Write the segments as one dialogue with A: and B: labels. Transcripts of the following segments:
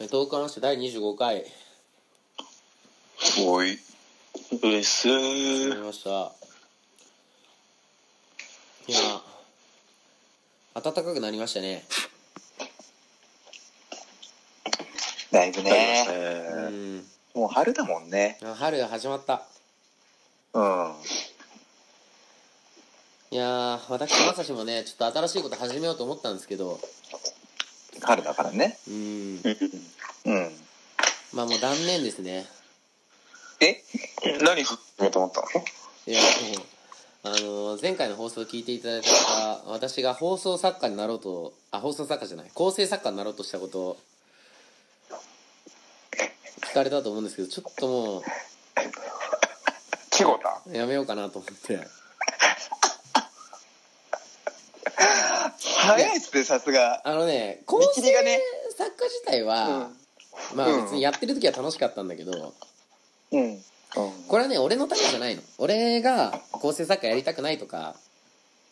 A: えートークアナウンス第25回
B: おい。うれす
A: 始ま
B: ー。
A: りましたいや暖かくなりましたね
C: だいぶ
B: ね
C: ね。
A: うん
C: もう春だもんね。
A: あ春が始まった
C: うん。
A: いやー私まさしもねちょっと新しいこと始めようと思ったんですけど
C: 春だからね。
A: うん
C: うん。
A: まあもう断念ですね
C: え
B: 何始めと思ったの
A: いやもうあのー前回の放送を聞いていただいた方私が放送作家になろうとあ放送作家じゃない構成作家になろうとしたことを聞かれたと思うんですけどちょっとも
B: 季語だ。
A: うやめようかなと思って
C: 早いっすね、さすが。
A: あのね構成
C: 見切りが
A: 作家
C: ね
A: 自体は、まあ別にやってる時は楽しかったんだけど
C: うん。
A: これはね俺のためじゃないの俺が構成作家やりたくないとか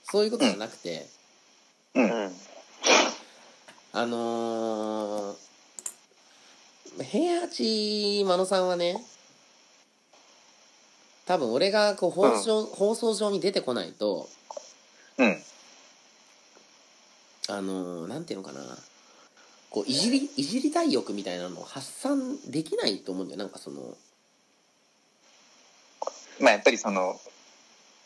A: そういうことじゃなくて、
C: う。
B: うんん。
A: あのー、平八真野さんはね、多分俺がこう放送、放送上に出てこないと、
C: うん。
A: あのー、なんていうのかな、こう、いじり、いじりたい欲みたいなのを発散できないと思うんだよ。なんかその、
C: まあやっぱりその、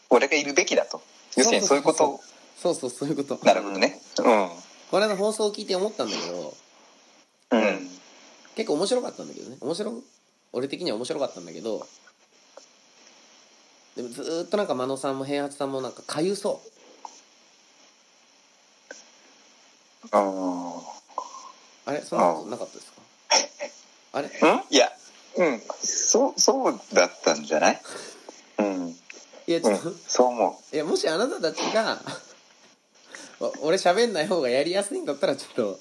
C: 俺がいるべきだと。要するにそういうこと
A: そうそう、そういうこと。
C: なるほどね。う
A: これの放送を聞いて思ったんだけど、
C: ん。
B: う
C: うん
B: ん。
A: 結構面白かったんだけどね面白俺的には面白かったんだけどでもずーっとなんか真野さんも平八さんもなんかかゆそ
B: あ
A: うあれそんなことなかったですかあれ
C: いや、うん。そう、そうだったんじゃない
B: あ。 うん。
A: いやち
C: う
A: ょ
C: ん
A: っと、。
C: そう思
A: いやもしあなたたちがお俺喋んない方がやりやすいんだったらちょっと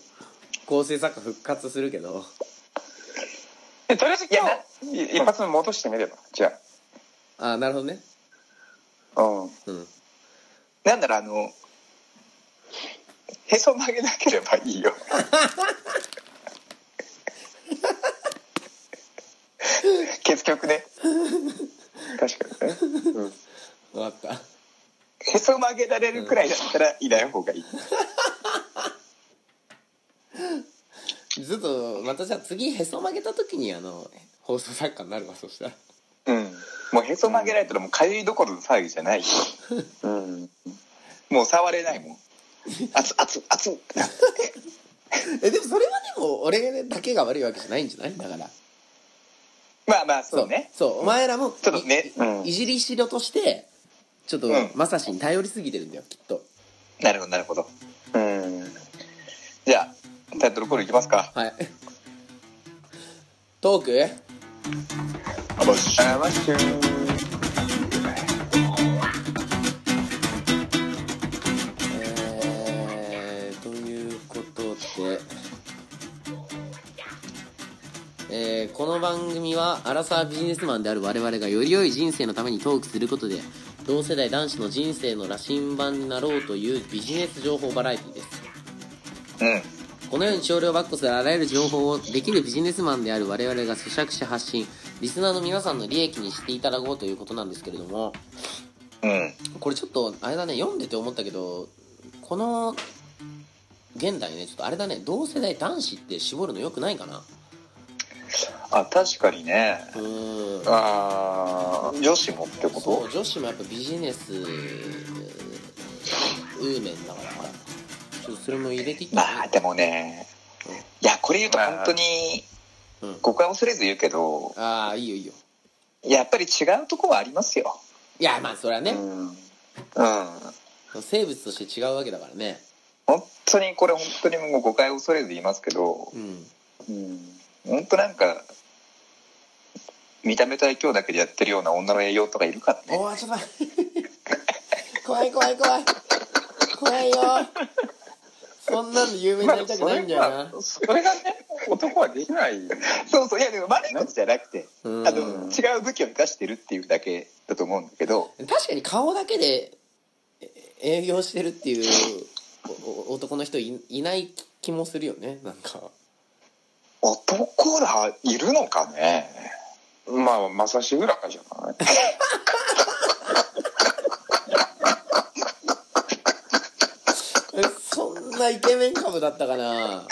A: 構成作家復活するけど
B: え、とりあえず、い
C: いや
B: や、一発目戻してみれば。じゃ
A: ああなるほどね
B: あ。うん。
A: うん
C: う。なんだろう、あの、へそ曲げなければい いよ。
B: 結局ね。確かにね。うん。
A: 分かっ
C: へそ曲げられるくらいだったらいない方がいい。
A: たずっとまたじゃあ次へそ曲げた時にあの放送作家になるわそしたら
C: うん。もうへそ曲げられたらもうかゆいどころの騒ぎじゃない。
B: うん。
C: もう触れないもん。熱熱熱。
A: えでもそれはでも俺だけが悪いわけじゃないんじゃないだから
C: まあまあそうね。
A: そうお前らも
C: ちょっとね。
B: うん
A: いい。じりしろとしてちょっと
C: うん
A: まさしに頼りすぎてるんだよきっと
C: なるほどなるほど。
B: うん。
C: じゃあタイトルコールいきますか。
A: はい トーク
C: あもし
B: あ、マッシュー。
A: えー、ということでえーこの番組はアラサービジネスマンである我々がより良い人生のためにトークすることで同世代男子の人生の羅針盤になろうというビジネス情報バラエティです
C: うん
A: このように少量バッコするあらゆる情報をできるビジネスマンである我々が咀嚼し発信リスナーの皆さんの利益にしていただこうということなんですけれども
C: うん
A: これちょっとあれだね読んでて思ったけどこの現代ねちょっとあれだね同世代男子って絞るのよくないかな
C: あ確かにね。
A: うーん
C: ああ女子もってこ
A: そ
C: と
A: う？女子もやっぱビジネスうーメンだからちょっとそれも入れていった
C: ま
A: 方が
C: あ
A: いい
C: でもね。いやこれ言うと本当に
A: うん
C: 誤解を恐れず言うけど、
A: ああいいよいいよ
C: やっぱり違うとこはありますよ。
A: いやまあそれは
C: う
A: ね
C: ん。うん。
A: 生物として違うわけだからね
C: 本当にこれ本当にもう誤解を恐れず言いますけど、
A: うん
C: うん、本当なんか見た目と愛嬌だけでやってるような女の栄養とかいるからね
A: おーちょっと待って怖い怖い怖い怖いよそんなんで有名になりたくないんだよな、
B: まあそれがそれがね、男はできない。
C: そうそういやでも悪いことじゃなくて、
A: うん
C: あの違う武器を生かしてるっていうだけだと思うんだけど
A: 確かに顔だけでえ営業してるっていうおお男の人いいない気もするよねなんか
C: 男らいるのかね
B: まあ、まさしぐらいじゃない
A: えそんなイケメン株だったかな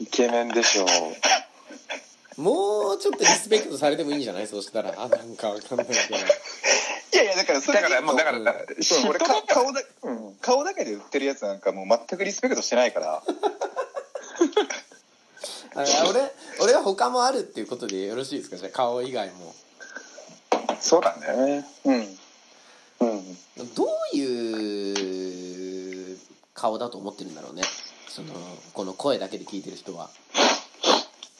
B: イケメンでしょう。
A: もうちょっとリスペクトされてもいいんじゃないそうしたらあなんかわかんないけど
C: いやいやだからそれ
B: だからもうだから
A: うん
C: そう俺
B: 嫉妬だか
C: か
B: ら
C: 顔だ、うん顔だけで売ってるやつなんかもう全くリスペクトしてないか
A: あ
C: ら
A: 俺俺は他もあるっていうことでよろしいですかじゃあ顔以外も
B: そうだね。
C: うん
B: うん。
A: どういう顔だと思ってるんだろうねそのこの声だけで聞いてる人は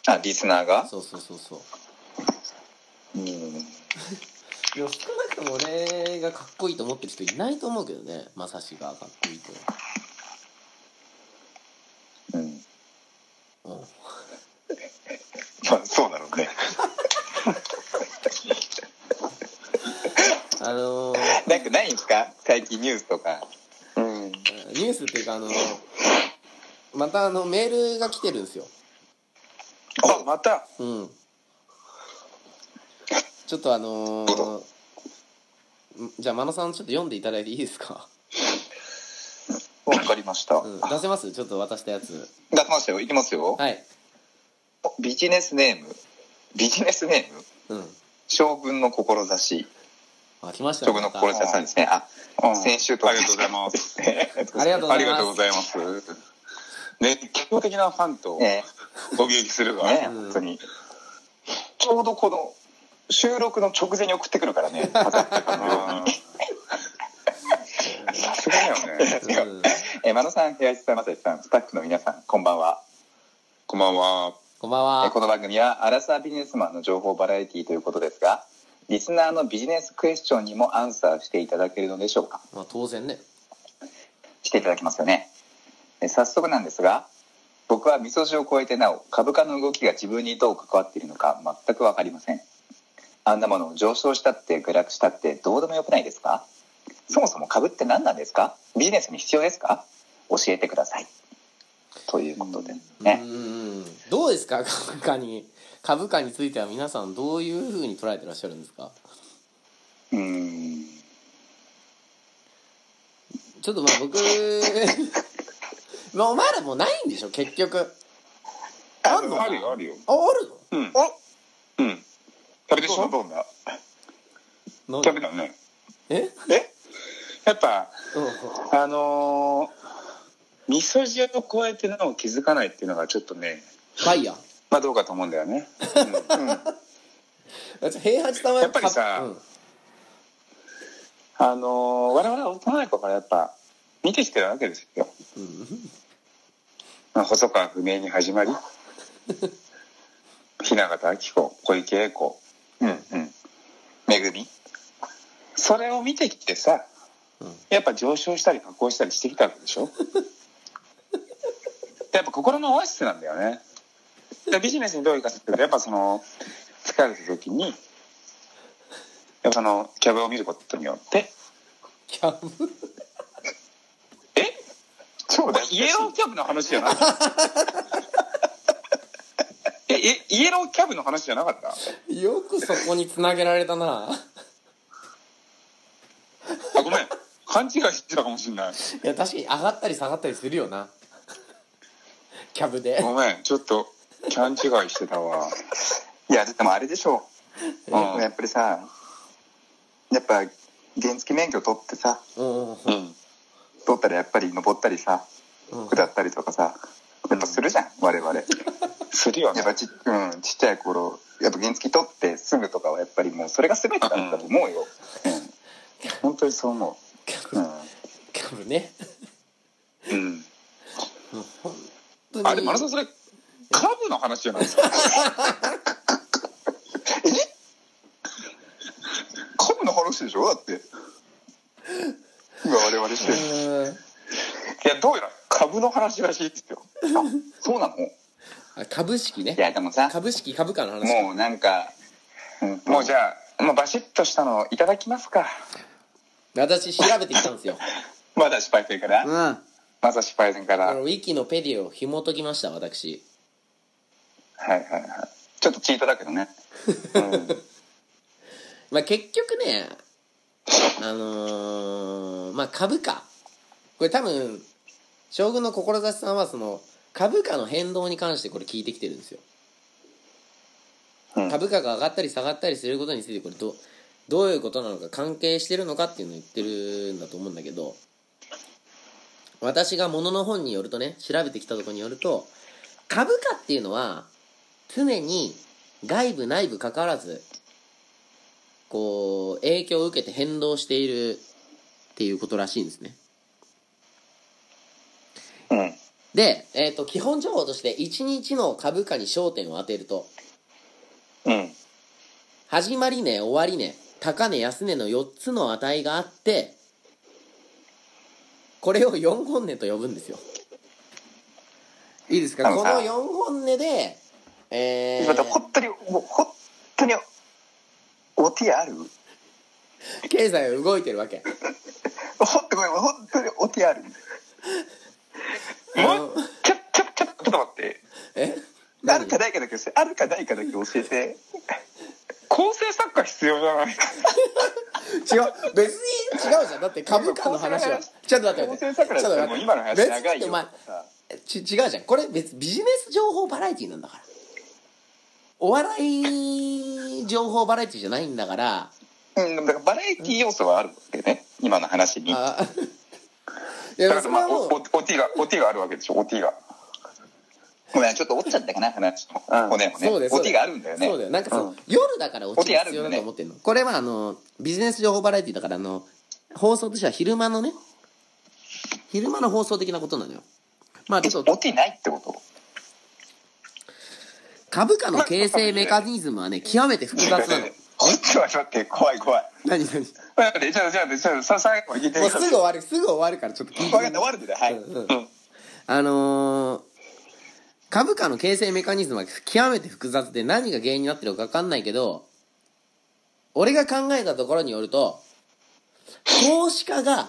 C: あリスナーが
A: そうそうそうそう
C: うん
A: でも少なくとも俺がかっこいいと思ってる人いないと思うけどねまさしがかっこいいと
C: うん
A: うん
C: まあそうだろうね
A: あのー
C: なんかないんですか最近ニュースとか
B: うん。
A: ニュースっていうかあのーまたあのメールが来てるんですよ
B: あ、また。
A: うんちょっとあのーんじゃあ真野さんちょっと読んでいただいていいですか、
C: わかりました、
A: うん、
C: あ
A: 出せますちょっと渡したやつ
C: 出せましたよいきますよ、
A: はい
C: ビジネスネームビジネスネー
A: う
C: ム
A: ん
C: 将軍の志
A: あ来ました
C: 将軍の志さんですねあ
B: うん
C: 先週と
D: ありがとうございます
C: すね
A: ありがとう ご
D: あ
A: ざ
D: り
A: い
D: がと
A: ま
D: うご
A: す
D: ざいます。熱狂的なファンと
C: ね
D: ご迎撃するが、
A: うん
C: 本当にちょうどこの収録の直前に送ってくるからね
D: あーさすがだよ
A: う
D: ね。
A: ん
C: え真野さん平石さん正さんスタッフの皆さんこんばんは
D: こんばんは。
A: こんばん
C: え
A: は
C: この番組はアラサービジネスマンの情報バラエティということですがリスナーのビジネスクエスチョンにもアンサーしていただけるのでしょうか
A: まあ当然ね
C: していただきますよねえ早速なんですが僕は味噌汁を超えてなお株価の動きが自分にどう関わっているのか全く分かりませんあんなもの上昇したって下落したってどうでもよくないですかそもそも株って何なんですかビジネスに必要ですか教えてくださいということで
A: う
C: ね
A: んどうですか 株価に株価については皆さんどういうふうに捉えてらっしゃるんですか
C: うーん
A: ちょっとまあ僕 まあお前らもうないんでしょ結局あんの
D: あるよ、あるよ。
A: ああ
D: うん。
B: お
D: うん。食べでし
B: どんな
D: ょ
B: どんな
A: るの
D: 食べだね。
A: え
B: え
D: やっぱ、
A: うん
B: あのー、味噌汁を加えてなお気づかないっていうのがちょっとね、
A: バイヤー
D: まあどうかと思うんだよね。うん
A: だって平八さんは
D: やっぱりさあのー、我々は幼い頃からやっぱ見てきてるわけですよ。
A: うんうん
D: まあ、細川不明に始まり雛形あき子小池栄子
C: うんうんめぐみ
D: それを見てきてさ、
A: うん
D: やっぱ上昇したり下降したりしてきたわけでしょ やっぱ心のオアシスなんだよねでビジネスにどう生かすっていうとやっぱその疲れた時にやっぱそのキャブを見ることによって
A: キャブ
C: そうだよ
D: イエローキャブの話じゃなかったええイエローキャブの話じゃなかった
A: よくそこにつなげられたな
D: あごめん勘違いしてたかもしれない
A: いや確かに上がったり下がったりするよなキャブで
D: ごめんちょっと勘違いしてたわ
C: いやでもあれでしょ
D: うん
C: う、やっぱりさやっぱ原付免許取ってさ
A: うんうん
D: うん
C: 取ったらやっぱり登ったりさ
A: うん
C: 下ったりとかさやっぱするじゃん我々や
D: するよね
C: っぱち,、うん、ちっちゃい頃やっぱ原付取ってすぐとかはやっぱりもうそれが全てだったと思うよ、
D: 本当にそう思
A: キャ
C: う
A: ブ
C: ん
A: キャブね
D: ううん
A: 本当に
D: あれマラソンそれ株の話じゃないですか
C: 株の話でしょだって今我々してる
A: うん
D: いやどうやら株の話らしいですよ
C: そうなのい
A: あ株式ね
C: やでもさ
A: 株式株価の話
C: もうなんか、うん
D: もうじゃあもうバシッとしたのいただきますか
A: 私調べてきたんですよ
C: まだ失敗するから
A: うん
D: まさしパイセンか
A: あ
D: ら
A: のウィキのペディを紐解きました私
C: はいはいはいちょっとチートだけどね
A: まあ結局ね、あのーまあ株価。これ多分、将軍の志さんはその、株価の変動に関してこれ聞いてきてるんですよ。
C: うん
A: 株価が上がったり下がったりすることについてこれど、どういうことなのか関係してるのかっていうのを言ってるんだと思うんだけど、私が物の本によるとね、調べてきたところによると、株価っていうのは、常に外部内部関わらず、こう、影響を受けて変動しているっていうことらしいんですね。
C: うん
A: で、えっ、と、基本情報として、1日の株価に焦点を当てると、
C: うん
A: 始まり値、終わり値、高値、安値の4つの値があって、これを4本値と呼ぶんですよ。いいですか
C: あの
A: この
C: さ
A: 4本値で、え
C: ちょっと待って
A: ー、
C: 本当にもう本当にお手ある
A: 経済は動いてるわけ。
C: 本当ごめん本当にお手ある
A: あの
C: ちょちょちょちょっと待って
A: え
C: あるかないかだけ教えあるかないかだけ教えて
D: 構成作家必要じゃな
A: 違
D: い
A: う別に違うじゃんだって株価の話はちょっと待って
C: 構
A: 待っ
C: 成
A: て
C: 作家
A: ちょっと
C: だ
A: 待って
C: ってもう今の話
A: 別
C: 長い
A: に
C: よ
A: お前ち違うじゃんこれ別ビジネス情報バラエティなんだからお笑い情報バラエティじゃないんだから
C: うん、だからバラエティ要素はあるわけね今の話にだ
A: あいや
C: から
A: それ
C: ま
A: は
C: あ
A: も
C: お
A: う
C: おお手がお手があるわけでしょお手がごめんちょっと折っちゃったかな話
D: うん
C: 骨もね
A: そうです
C: お手があるんだよね
A: そうだよなんかその、
C: うん
A: 夜だから落ち
C: オチ
A: が
C: あるん
A: 必
C: だ
A: 要
C: よね
A: だと思ってるのこれはあのビジネス情報バラエティだからあの放送としては昼間のね昼間の放送的なことなのよまあ
C: え
A: ちょっと
C: お手ないってこと
A: 株価の形成メカニズムはね極めて複雑なの
C: えちょっと待って怖い怖い
A: 何何も
C: 待ってじゃあじゃあじゃあさ最後まで聞いて
A: うすぐ終わるすぐ終わるからちょっと聞いて
C: 分かった終わるんだねはい、
A: うんうんあのー株価の形成メカニズムは極めて複雑で何が原因になってるか分かんないけど俺が考えたところによると投資家が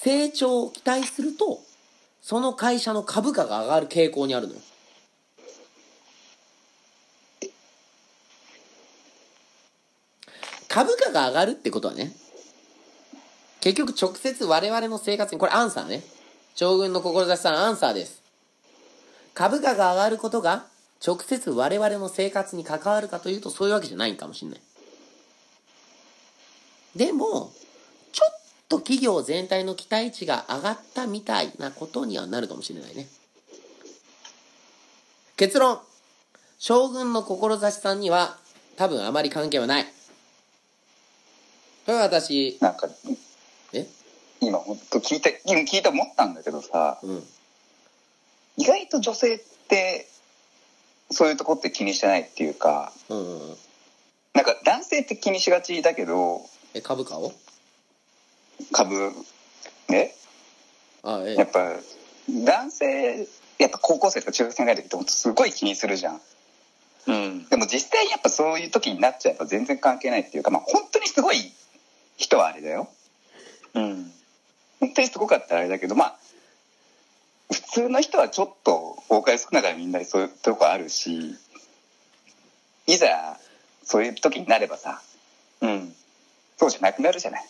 A: 成長を期待するとその会社の株価が上がる傾向にあるのよ株価が上がるってことはね結局直接我々の生活にこれアンサーね将軍の志さんアンサーです株価が上がることが直接我々の生活に関わるかというとそういうわけじゃないんかもしれないでもちょっと企業全体の期待値が上がったみたいなことにはなるかもしれないね結論将軍の志さんには多分あまり関係はないこれは私
C: なんか
A: え
C: 今本当聞いて今聞いて思ったんだけどさ
A: うん
C: 意外と女性ってそういうとこって気にしてないっていうか
A: うんうんうん
C: なんか男性って気にしがちだけど
A: え株価を
C: 株ね
A: あえ
C: やっぱ男性やっぱ高校生とか中学生ぐらいの時って本当すごい気にするじゃん
D: うん
C: でも実際やっぱそういう時になっちゃえば全然関係ないっていうかまあ本当にすごい人はあれだよ
D: うん
C: 本当にすごかったらあれだけどまあ普通の人はちょっとお金少ながらみんなそういうとこあるしいざそういう時になればさ
D: うん
C: そうじゃなくなるじゃない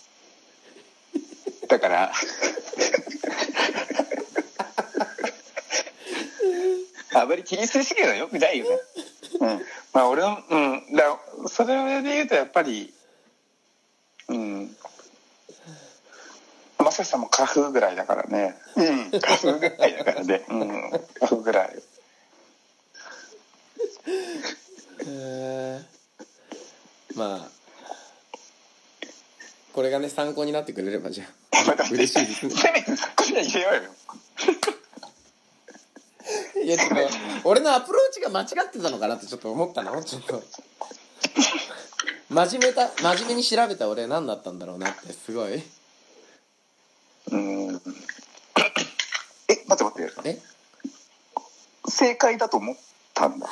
C: だから あまり気にするすぎるのはよくないよね
D: うんまあ俺のうんだからそれで言うとやっぱりうんまさしさんも花粉ぐらいだからね
C: うん花粉ぐらいだからね
D: うん花粉ぐらい
A: へーまあこれがね参考になってくれればじゃあ 嬉しいです
C: せめて突っ込んで言えようよ
A: いやちょっと俺のアプローチが間違ってたのかなってちょっと思ったのちょっと真面目た真面目に調べた俺何だったんだろうなってすごい
C: うんえ待って待って
A: え
C: 正解だと思ったんだ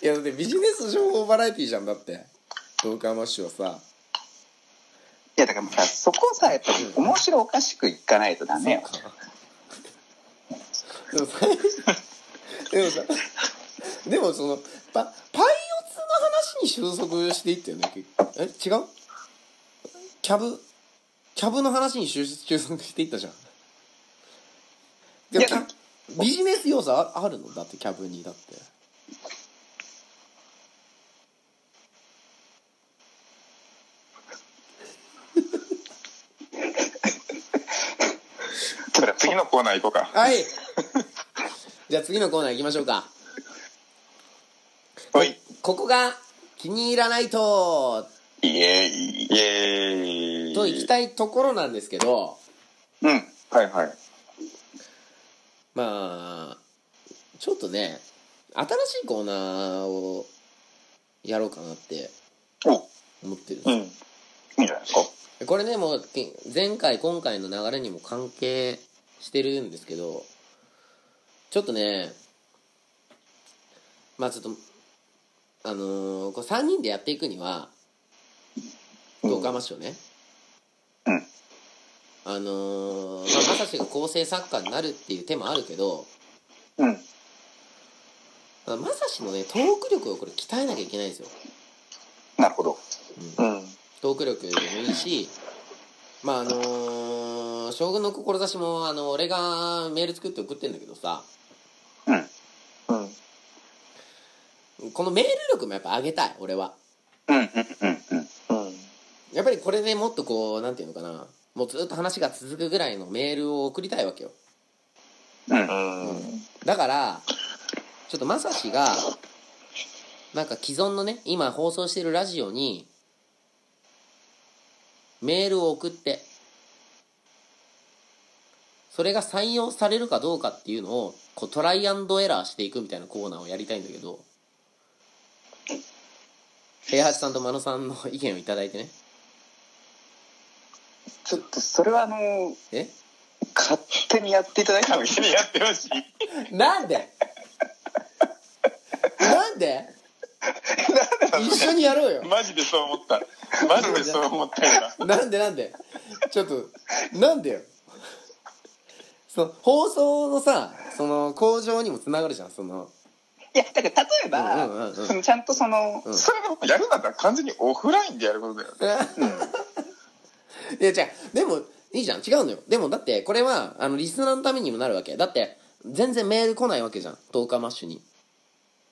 A: いやだってビジネス情報バラエティじゃんだってドーカーマッシュはさ
C: いやだからさそこをさやっぱり面白おかしくいかないとダメよ
A: でもさででもさでもそのパパイオツの話に収束していったよね結局え違うキャブキャブの話に収収束していったじゃんでも
D: いや
A: ビジネス要素ああるのだってキャブにだって
D: だから次のコーナー行こうか。
A: はい じゃあ次のコーナー行きましょうか
D: はい。
A: ここが気に入らないと
D: イエーイ。イエーイ。
A: と行きたいところなんですけど
D: うん。はいはい。
A: まあちょっとね新しいコーナーをやろうかなって
D: お
A: 思ってるん
D: うん。
A: で
D: いいんじゃないですか。
A: すこれねもうけ前回今回の流れにも関係してるんですけどちょっとねまあちょっとあのーこう3人でやっていくにはどうかましょね
D: うん
A: あのーまあまさしが構成作家になるっていう手もあるけど
D: うん。
A: まさしのねトーク力をこれ鍛えなきゃいけないんですよ
D: なるほど。うん。
A: トーク力でもいいしまああのー将軍の志もあの俺がメール作って送ってんだけどさ
D: うん。
A: このメール力もやっぱ上げたい俺は
D: うんうんうんうん。
E: うん。
A: やっぱりこれでもっとこうなんていうのかなもうずっと話が続くぐらいのメールを送りたいわけよ
E: うん。
A: だからちょっとまさしがなんか既存のね今放送してるラジオにメールを送ってそれが採用されるかどうかっていうのをこうトライアンドエラーしていくみたいなコーナーをやりたいんだけど平八さんと真野さんの意見をいただいてね
C: ちょっとそれはあのー
A: え
C: 勝手にやっていただいた方がいい
D: 一緒にやってほしい。
A: なん でなんで一緒にやろうよ
D: マジでそう思った。マジでそう思ったよな。
A: なんでなんでちょっとなんでよその放送のさその向上にもつながるじゃんその
C: いやだから例えば、
A: うんうんうんうん
C: そのちゃんとその、
A: うん
D: それでもやるなら完全にオフラインでやることだよね。
A: いや違うでもいいじゃん違うのよでもだってこれはあのリスナーのためにもなるわけだって全然メール来ないわけじゃん10日マッシュに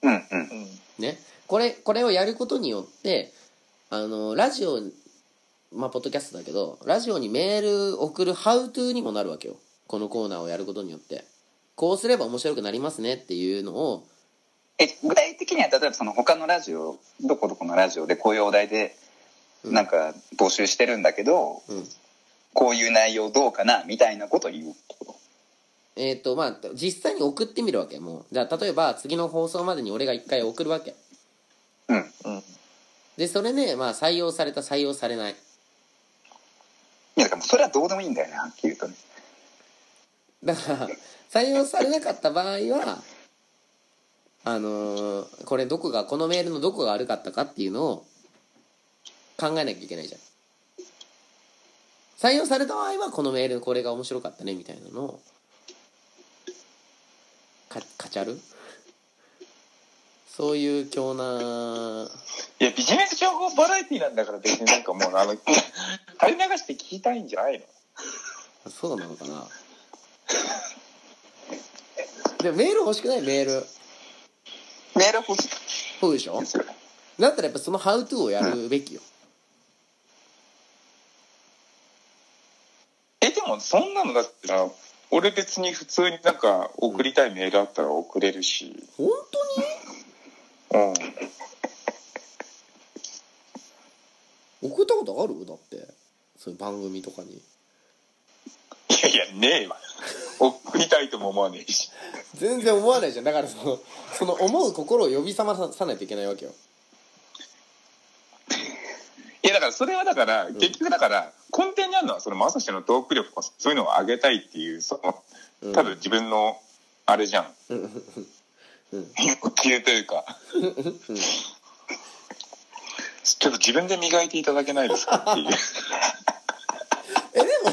D: うんうん。
A: ねこれこれをやることによってあのラジオまあポッドキャストだけどラジオにメール送るハウトゥーにもなるわけよこのコーナーをやることによってこうすれば面白くなりますねっていうのを
C: え具体的には例えばその他のラジオどこどこのラジオでこういうお題で
A: うん
C: なんか募集してるんだけど、
A: うん
C: こういう内容どうかなみたいなことを言うってこと
A: えっ、とまあ実際に送ってみるわけもうじゃあ例えば次の放送までに俺が一回送るわけ
C: うん
A: でそれねまあ採用された採用されない
C: いやだからもうそれはどうでもいいんだよねはっきり言うとね
A: だから採用されなかった場合はあのーこれどこがこのメールのどこが悪かったかっていうのを考えなきゃいけないじゃん採用された場合はこのメールこれが面白かったねみたいなのをかかちゃるそういう強ない
D: や、ビジネス情報バラエティなんだから別になんかもう、あの、垂れ流して聞きたいんじゃないの
A: そうなのかなでもメール欲しくないメール
C: メール欲しい
A: そうでしょ
C: ですよ
A: だったらやっぱそのハウトゥーをやるべきよ、
D: え、でもそんなのだってな、俺別に普通になんか送りたいメールあったら送れるし。
A: 本当に
D: うん。
A: 送ったことあるだってそういう番組とかに
D: いやいや、ねえわ。送りたいとも思わねえし。
A: 全然思わないじゃんだからそのその思う心を呼び覚まさないといけないわけよ
D: いや、だからそれはだから、結局だから、根底にあるのは、そのまさしのトーク力とか、そういうのを上げたいっていう、そ
A: うん
D: の、多分自分の、あれじゃん。欲求というか。ちょっと自分で磨いていただけないですかっていう。
A: えでも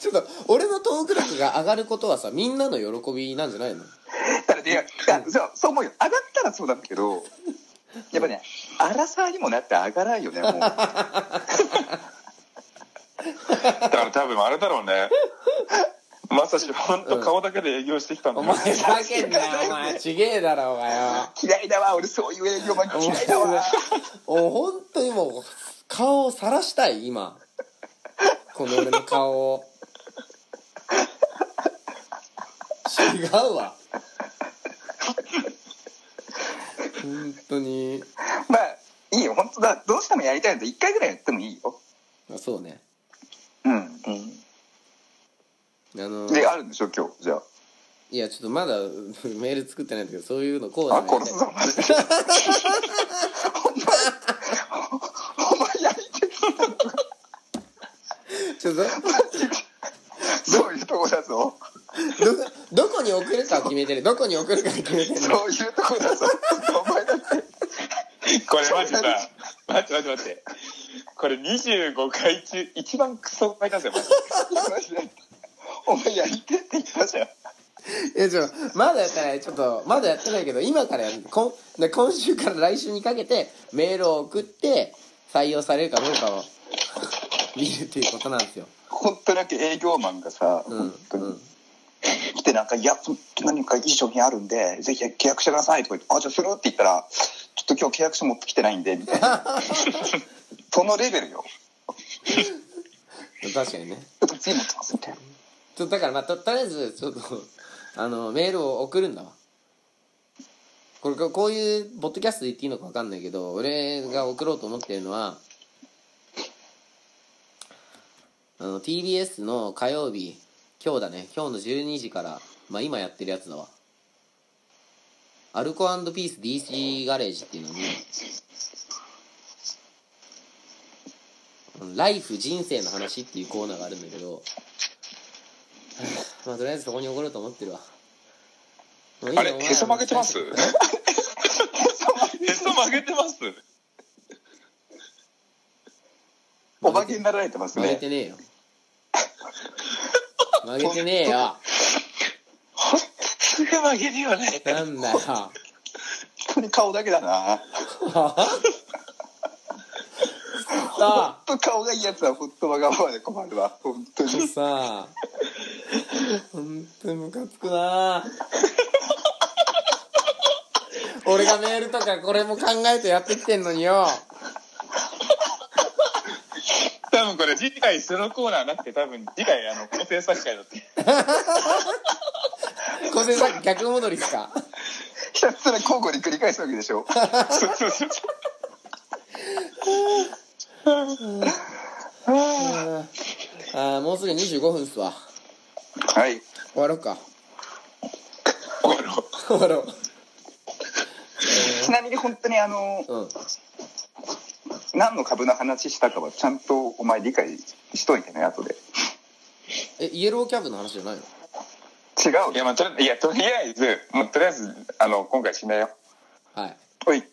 A: ちょっと俺のトーク力が上がることはさみんなの喜びなんじゃないの
C: だからでやそうそう思うよ上がったらそうなんだけどやっぱね荒さにもなって上がらんよね もう
D: だから多分あれだろう ね。まさし、ほんと顔だけで営業してきたんだ
A: お
D: よ。
A: 前ふざけんなよお前ちげえだろお前は
C: 嫌いだわ俺そういう営業マン
A: お
C: 嫌
A: 前
C: いだわ
A: お本当にもう顔を晒したい今この俺の顔を違うわ本当に
C: まあいいよ本当だどうしてもやりたいんだ一回ぐらいやってもいいよ
A: あそうね
C: うん
A: あの
C: であるんでしょ今日じゃあ
A: いやちょっとまだメール作ってないんだけどそういうのこう
C: あ殺すぞマジでお前お前やりて
A: ちょっと
C: そういうとこだぞ
A: どどこに送るかを決めてるどこに送るかを決めてる
C: そういうとこだぞお前だって
D: これマジさ、 待って待って待って。これ25回中、一番クソ回なんですよ、マジで
C: マジでお前やりてって言ったじゃん
A: えちょまだやってないちょっとまだやってないけど今からやるこんで今週から来週にかけてメールを送って採用されるかどうかを見るということなんですよ
C: 本当なんか営業マンがさ、
A: うん
C: 本当に、
A: うん
C: 来てなんか「いやそ何かいい商品あるんでぜひ契約してください」とか言って「あじゃあする?」って言ったら「ちょっと今日契約書持ってきてないんで」みた いなそのレベルよ
A: 確かにね
C: 「ちょっと次持ってます」みたいな
A: ちょだからまあととりあえずちょっとあのメールを送るんだわこれここういうポッドキャストで言っていいのか分かんないけど俺が送ろうと思ってるのはあの TBS の火曜日今日だね今日の12時からまあ今やってるやつだわアルコピース DC ガレージっていうのに「ライフ人生の話」っていうコーナーがあるんだけど まあとりあえずそこに送ろうと思ってるわもういいよ
D: あれ、
A: お前
D: へそ曲げてますへそ曲げてます
C: おまけになられてます
A: 曲げ
C: ね
A: てねえよ曲げてねえよ
D: ほんとすぐ曲げるよね。
A: なん だよ
C: 本当に顔だけだな
A: さ
C: 本当顔がいいやつは本当わがままで困るわ本当に
A: あさあ本当にムカつくな俺がメールとかこれも考えてやってきてんのによ
D: 多分これ次回そのコーナーなくて、多分次回、あの、構成作会だって。
A: これさっき逆戻りっすか
C: ひたすら交互に繰り返すわけでしょ
D: そうそうそう。
A: ああもうすぐ25分っすわ
C: はい
A: 終わろうか
D: 終わろう
A: 終わろう
C: ちなみに本当にあの
A: うん
C: 何の株の話したかはちゃんとお前理解しといてね後で
A: えイエローキャブの話じゃないの
C: 違うよ
D: いや、まあ、とりいやとりあえず、もうとりあえず、あの、今回しないよ。
A: はい
C: おい
D: じ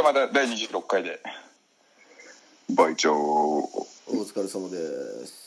D: ゃあまた第26回で。
C: 倍長
A: お疲れ様です